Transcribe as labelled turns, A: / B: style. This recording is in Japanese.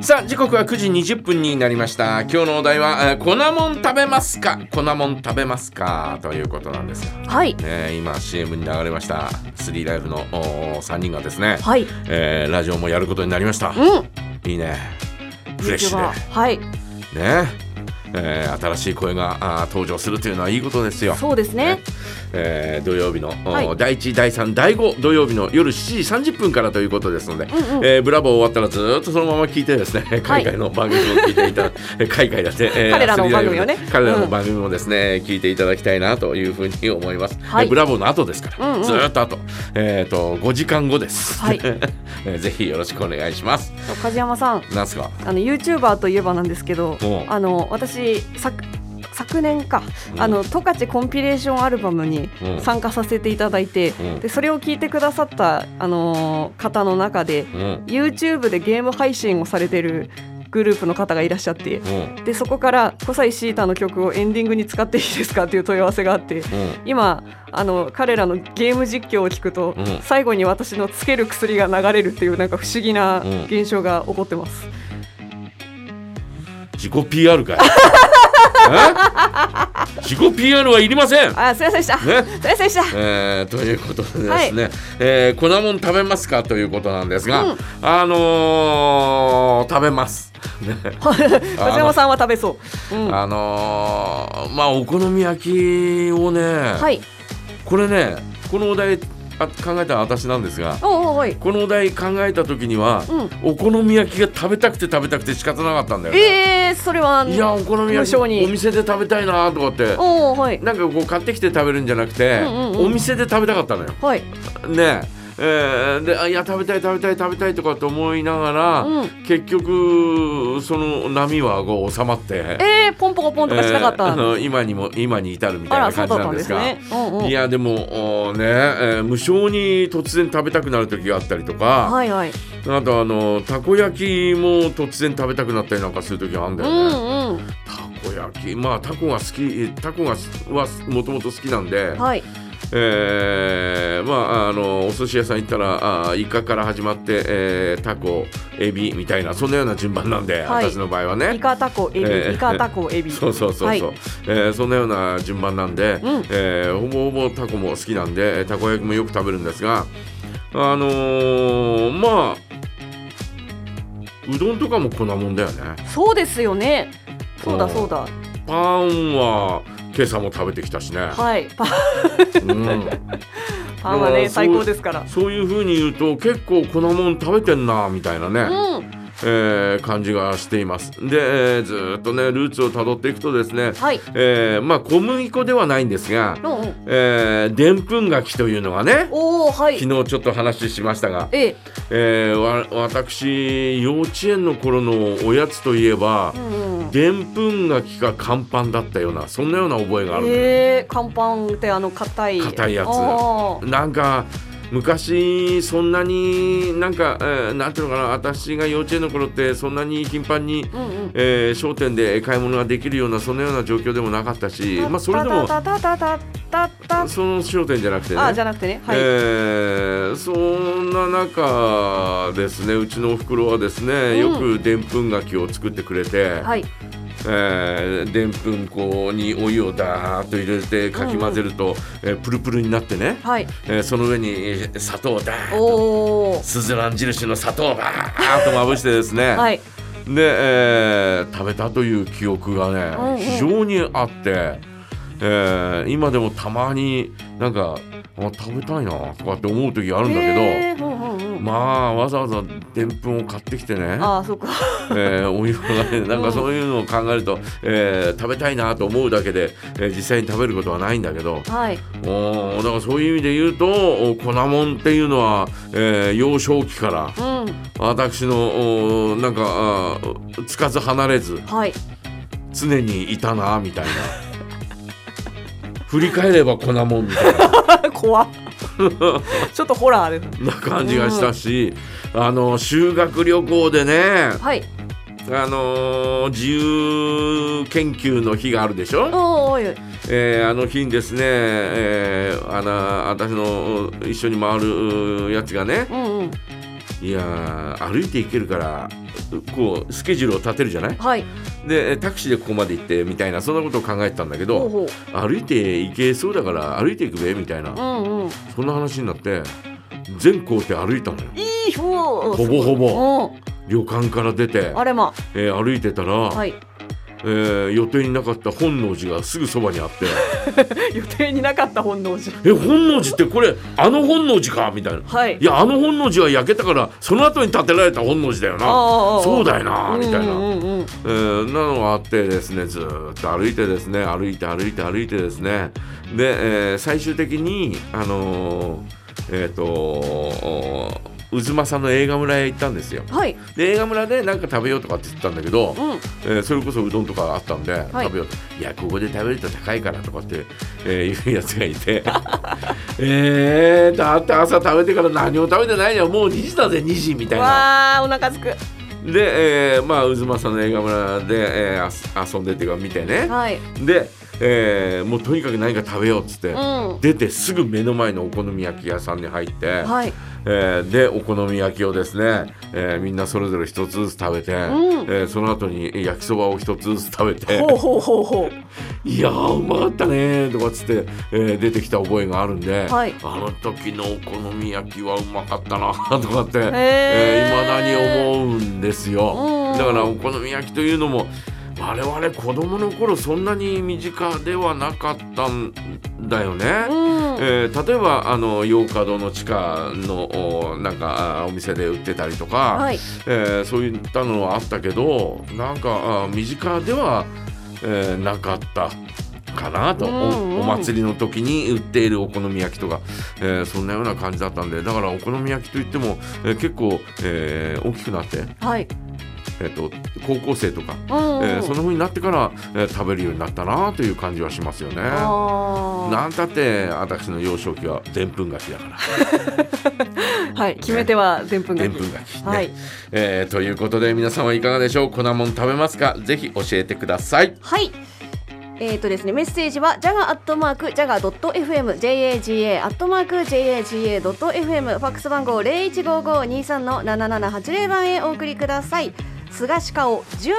A: さあ時刻は9時20分になりました今日のお題は、えー粉もん食べますか粉もん食べますかということなんですが、
B: はい
A: えー今 CM に流れましたスリーライフの3人がですね、
B: はい
A: えーラジオもやることになりました、
B: う
A: いいね
B: ん
A: フレッシュ
B: はい
A: でね、えー新しい声があー登場するというのはいいことですよ
B: そうですね
A: えー土曜日の、お
B: はい
A: 第1第3第5土曜日の夜7時30分からということですので、
B: うんうん
A: えーブラボー終わったらずーっとそのまま聞いてですね海外の番組も聞いていた、えー海外だって、えー
B: 彼らの番組をね
A: アスリートライブの彼らの番組もですね、聞いていただきたいなというふうに思います、
B: は
A: え
B: い
A: ーブラボーの後ですから、
B: うんうん
A: ずーっと後、えー、と5時間後です、
B: はい
A: えーぜひよろしくお願いします
B: 梶山さん
A: なんすか
B: あのユーチューバーといえばなんですけど
A: おう
B: あの私昨昨年か
A: うん
B: あの十勝コンピレーションアルバムに
A: うん
B: 参加させていただいて
A: うん
B: でそれを聞いてくださったあのー方の中で
A: うん
B: YouTube でゲーム配信をされてるグループの方がいらっしゃって
A: うん
B: でそこから「コサイシータの曲をエンディングに使っていいですか?」っていう問い合わせがあって
A: うん
B: 今あの彼らのゲーム実況を聞くと、
A: うん
B: 最後に私のつける薬が流れるっていうなんか不思議な
A: うん
B: 現象が起こってます、
A: 自己 PR かいえ自己 PR はいりません
B: あすいませんでした、
A: ね
B: すいませんでした
A: えーということでですね、
B: はい
A: えー粉もん食べますかということなんですが、
B: うん
A: あのー食べます。ね
B: 梶山さんは食べそう、うん、は
A: あのーまあお好み焼きをね、
B: い
A: これねこのお題あ考えたの私なんですが
B: おうおうおい
A: このお題考えた時には、お好み焼きが食べたくて食べたくて仕方なかったんだよね。
B: えー、それはい
A: やお好み焼き
B: 無
A: お
B: 性に
A: 店で食べたいなとかって
B: おうおうはい
A: なんかこう買ってきて食べるんじゃなくて、
B: うんうんうん
A: お店で食べたかったのよ。
B: はい
A: ねえーであいや食べたい食べたい食べたいとかと思いながら、
B: うん
A: 結局その波はこう収まって、
B: えー、ポンポコポンとかしなかった、
A: えーあの今にも今に至るみたい
B: あ
A: な
B: らそ
A: 感
B: う
A: じ
B: だっ
A: な
B: た
A: んで
B: んですす
A: が
B: ねおうおう
A: いやでもおーね、えー無性に突然食べたくなる時があったりとか、
B: はいはい
A: あとあのたこ焼きも突然食べたくなったりなんかする時があるんだ
B: う
A: よね。
B: んうん
A: たこ焼きまあたこが好きたこがはもともと好きなんで、
B: はい
A: えーまああのお寿司屋さん行ったらあーイカから始まって、えータコエビみたいなそんなような順番なんで、
B: はい
A: 私の場合は
B: イ
A: ね。
B: カタコエビ、
A: えー
B: イカタコエビ
A: そうそうそうそう、
B: はい
A: えーそんなような順番なんで、
B: うん
A: えーほぼほぼタコも好きなんでえーたこ焼きもよく食べるんですがあのーまあうどんとかも粉もんだよね
B: そうですよねそうだそうだ
A: パンは今朝も食べてきたしね、
B: はいパ
A: うん
B: パンは
A: ま
B: ね
A: あ
B: 最高ですから
A: そういう風に言うと結構粉もん食べてんなみたいなね、
B: うん
A: えー感じがしていますで、えーずーっとねルーツをたどっていくとですね、
B: はい
A: えーまあ小麦粉ではないんですが
B: うんうん
A: えーでんぷんがきというのがね
B: おおはい
A: 昨日ちょっと話しましたが、
B: ええ
A: えーわ私幼稚園の頃のおやつといえば
B: うんうん
A: でんぷんがきか乾パンだったようなそんなような覚えがあるのよ
B: ええ乾パンってあの硬い
A: 硬いやつ
B: あー
A: なんか昔そんなになんか、えーなんていうのかな私が幼稚園の頃ってそんなに頻繁に、
B: うんうん
A: えー商店で買い物ができるようなそんなような状況でもなかったし、まあ、それでも
B: タタタタタタ
A: その商店じゃなくてね
B: あじゃなくてねはい
A: えーそんな中ですねうちのおふくろはですね、
B: うん
A: よくでんぷん柿を作ってくれて
B: はい
A: えーでんぷん粉にお湯をダーッと入れてかき混ぜると、えープルプルになってね、
B: はい
A: えーその上にえー砂糖をダーッ
B: お
A: と
B: お
A: すずらん印の砂糖をバーッとまぶしてですね、
B: はい
A: で、えー食べたという記憶がね、
B: うんうん
A: 非常にあって、えー今でもたまになんかあ食べたいなとかって思う時あるんだけ
B: えーうんうんう
A: ど
B: ん
A: まあわざわざでんぷんを買ってきてね、
B: あーそうか
A: えーお湯が ねなん
B: う
A: か
B: ん
A: そういうのを考えると、えー食べたいなと思うだけで、えー実際に食べることはないんだけど
B: はい
A: おーだからそういう意味で言うとお粉もんっていうのは、えー幼少期から
B: うん
A: 私のおーなんかあーつかず離れず
B: はい
A: 常にいたなみたいな 振り返れば粉もんみたい
B: 怖っちょっとホラーです
A: な感じがしたし、あの修学旅行でね、
B: はい
A: あのー自由研究の日があるでしょ、
B: おおいおい
A: えーあの日にですね、えーあの私の一緒に回るやつがね
B: うんうん
A: いやー歩いて行けるからこうスケジュールを立てるじゃない
B: はい
A: でタクシーでここまで行ってみたいなそんなことを考えてたんだけ
B: ほう
A: ど
B: ほ
A: 歩いて行けそうだから歩いていくべみたいな
B: ううんうん
A: そんな話になって全校程歩いたのよ
B: いいほ
A: ほぼほぼ
B: ぼ
A: 旅館から出て、
B: あれま
A: えー歩いてたら、
B: はい
A: えー予定になかった本能寺がすぐそばにあって
B: 予定になかった本能寺
A: え本能寺ってこれあの本能寺かみたいな
B: はい
A: いやあの本能寺は焼けたからその後に建てられた本能寺だよな
B: あ
A: そう
B: だ
A: だよなみたいな、
B: うんうんうん
A: えーなのがあってですねずーっと歩いてですね歩いて歩いて歩いてですねで、えー最終的にあのーえっ、とうずまさんの映画村へ行ったんですよ
B: はい
A: で映画村で何か食べようとかって言ってたんだけど、
B: うん
A: えーそれこそうどんとかあったんで、
B: はい
A: 食べようといやここで食べると高いからとかって、えーいうやつがい てえー、だって朝食べてから何も食べてないじゃんもう2時だぜ2時みたいな。
B: わあお腹すく
A: で、えーまあ渦政の映画村で、えーあす、遊んでっていうか見てね
B: はい
A: で、えーもうとにかく何か食べようっつって、
B: うん
A: 出てすぐ目の前のお好み焼き屋さんに入って、
B: はい
A: えーでお好み焼きをですね、えーみんなそれぞれ一つずつ食べて、
B: ん
A: えーその後に焼きそばを一つずつ食べて
B: ほうほうほうほ
A: 「いやーうまかったね」とかっつって、えー出てきた覚えがあるんで、
B: はい
A: あの時のお好み焼きはうまかったなとかっていま、
B: へー
A: えー未だに思うんです
B: う
A: よ
B: ん
A: だからお好み焼きというのも我々子供の頃そんなに身近ではなかったんだよね。
B: ううん
A: えー例えばあの洋華堂の地下のおなんかあお店で売ってたりとか、
B: はい
A: えーそういったのはあったけどなんかあ身近では、えーなかったかなと、お
B: うんうん
A: お祭りの時に売っているお好み焼きとか、えーそんなような感じだったんでだからお好み焼きといっても、えー結構、えー大きくなって、
B: はい
A: えー、と高校生とか、
B: うん
A: え
B: うん
A: ーその風になってから、えー食べるようになったなという感じはしますよね。
B: あ
A: なんたって私の幼少期はでんぷんがきだから
B: ーはい決め手はでんぷん
A: でん
B: がき
A: ぷんがきね、
B: はい
A: えーということで皆さんはいかがでしょう粉もん食べますかぜひ教えてください
C: はい。えーとですね、メッセージは jaga.jaga.fm jaga.jaga.fm ファックス番号015523の7780番へお送りください。菅氏顔純